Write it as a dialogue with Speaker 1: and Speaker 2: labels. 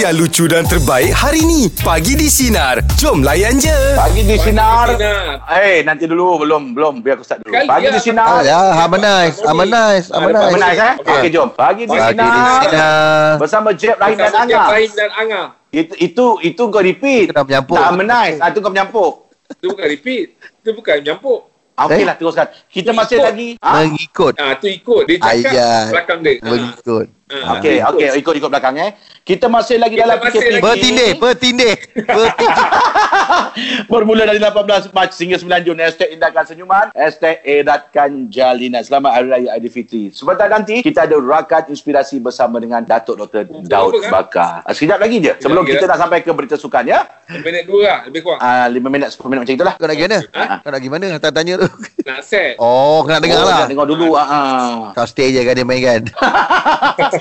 Speaker 1: yang lucu dan terbaik hari ni. Pagi di Sinar. Jom layan je.
Speaker 2: Pagi di sinar.
Speaker 3: Sinar.
Speaker 2: Eh, nanti dulu belum, belum. Biar aku start dulu.
Speaker 3: Sekali
Speaker 2: Pagi
Speaker 3: lah.
Speaker 2: di
Speaker 4: Ah,
Speaker 2: sinar.
Speaker 4: ya, harmonize, harmonize,
Speaker 2: Harmonize. Harmonize
Speaker 4: harmonize.
Speaker 2: eh?
Speaker 3: Okey.
Speaker 2: Okey, jom. Pagi di
Speaker 4: Pagi di
Speaker 2: sinar.
Speaker 4: sinar.
Speaker 2: Bersama Jeb Rahim
Speaker 3: Bukan
Speaker 2: dan
Speaker 3: setiap
Speaker 2: Angah.
Speaker 3: Rahim dan Anga.
Speaker 2: Itu itu itu kau repeat.
Speaker 4: Itu dah menyampuk.
Speaker 2: Tak harmonize. Ah, tu kau menyampuk.
Speaker 3: Itu bukan repeat. Itu bukan menyampuk.
Speaker 2: Ah,
Speaker 4: Eh?
Speaker 2: Okeylah teruskan. Kita masih
Speaker 3: Ikut.
Speaker 2: lagi. Ah,
Speaker 4: Mengikut.
Speaker 3: Ah, tu ikut. Dia cakap
Speaker 4: Ayat.
Speaker 3: belakang dia. Ha.
Speaker 4: Mengikut.
Speaker 3: Ha.
Speaker 2: Okey, okey, ikut-ikut belakang eh. Kita masih lagi
Speaker 3: Kita
Speaker 2: dalam
Speaker 3: masih
Speaker 2: PKP.
Speaker 3: lagi.
Speaker 4: Bertindih, bertindih. Bertindih.
Speaker 2: Bermula dari 18 Mac hingga 9 Jun Hashtag Indahkan Senyuman Hashtag Eratkan Jalinan Selamat Hari Raya Aidilfitri Sebentar nanti Kita ada rakan inspirasi bersama dengan Datuk Dr. Daud
Speaker 3: apa, kan?
Speaker 2: Bakar Ah, Sekejap lagi je Sebelum
Speaker 3: lagi,
Speaker 2: kita
Speaker 3: kan?
Speaker 2: nak sampai ke berita sukan ya
Speaker 3: Minit dua lah. Lebih kurang.
Speaker 2: Ah, 5 minit 10 minit macam itulah
Speaker 4: Kau nak gimana?
Speaker 3: Ha?
Speaker 4: Kau nak gimana? Tak tanya tu.
Speaker 3: Nak set.
Speaker 4: Oh, kena dengar
Speaker 2: Oh,
Speaker 4: lah.
Speaker 2: nak Dengar dulu ah, ah.
Speaker 4: Kau stay je kan dia main kan.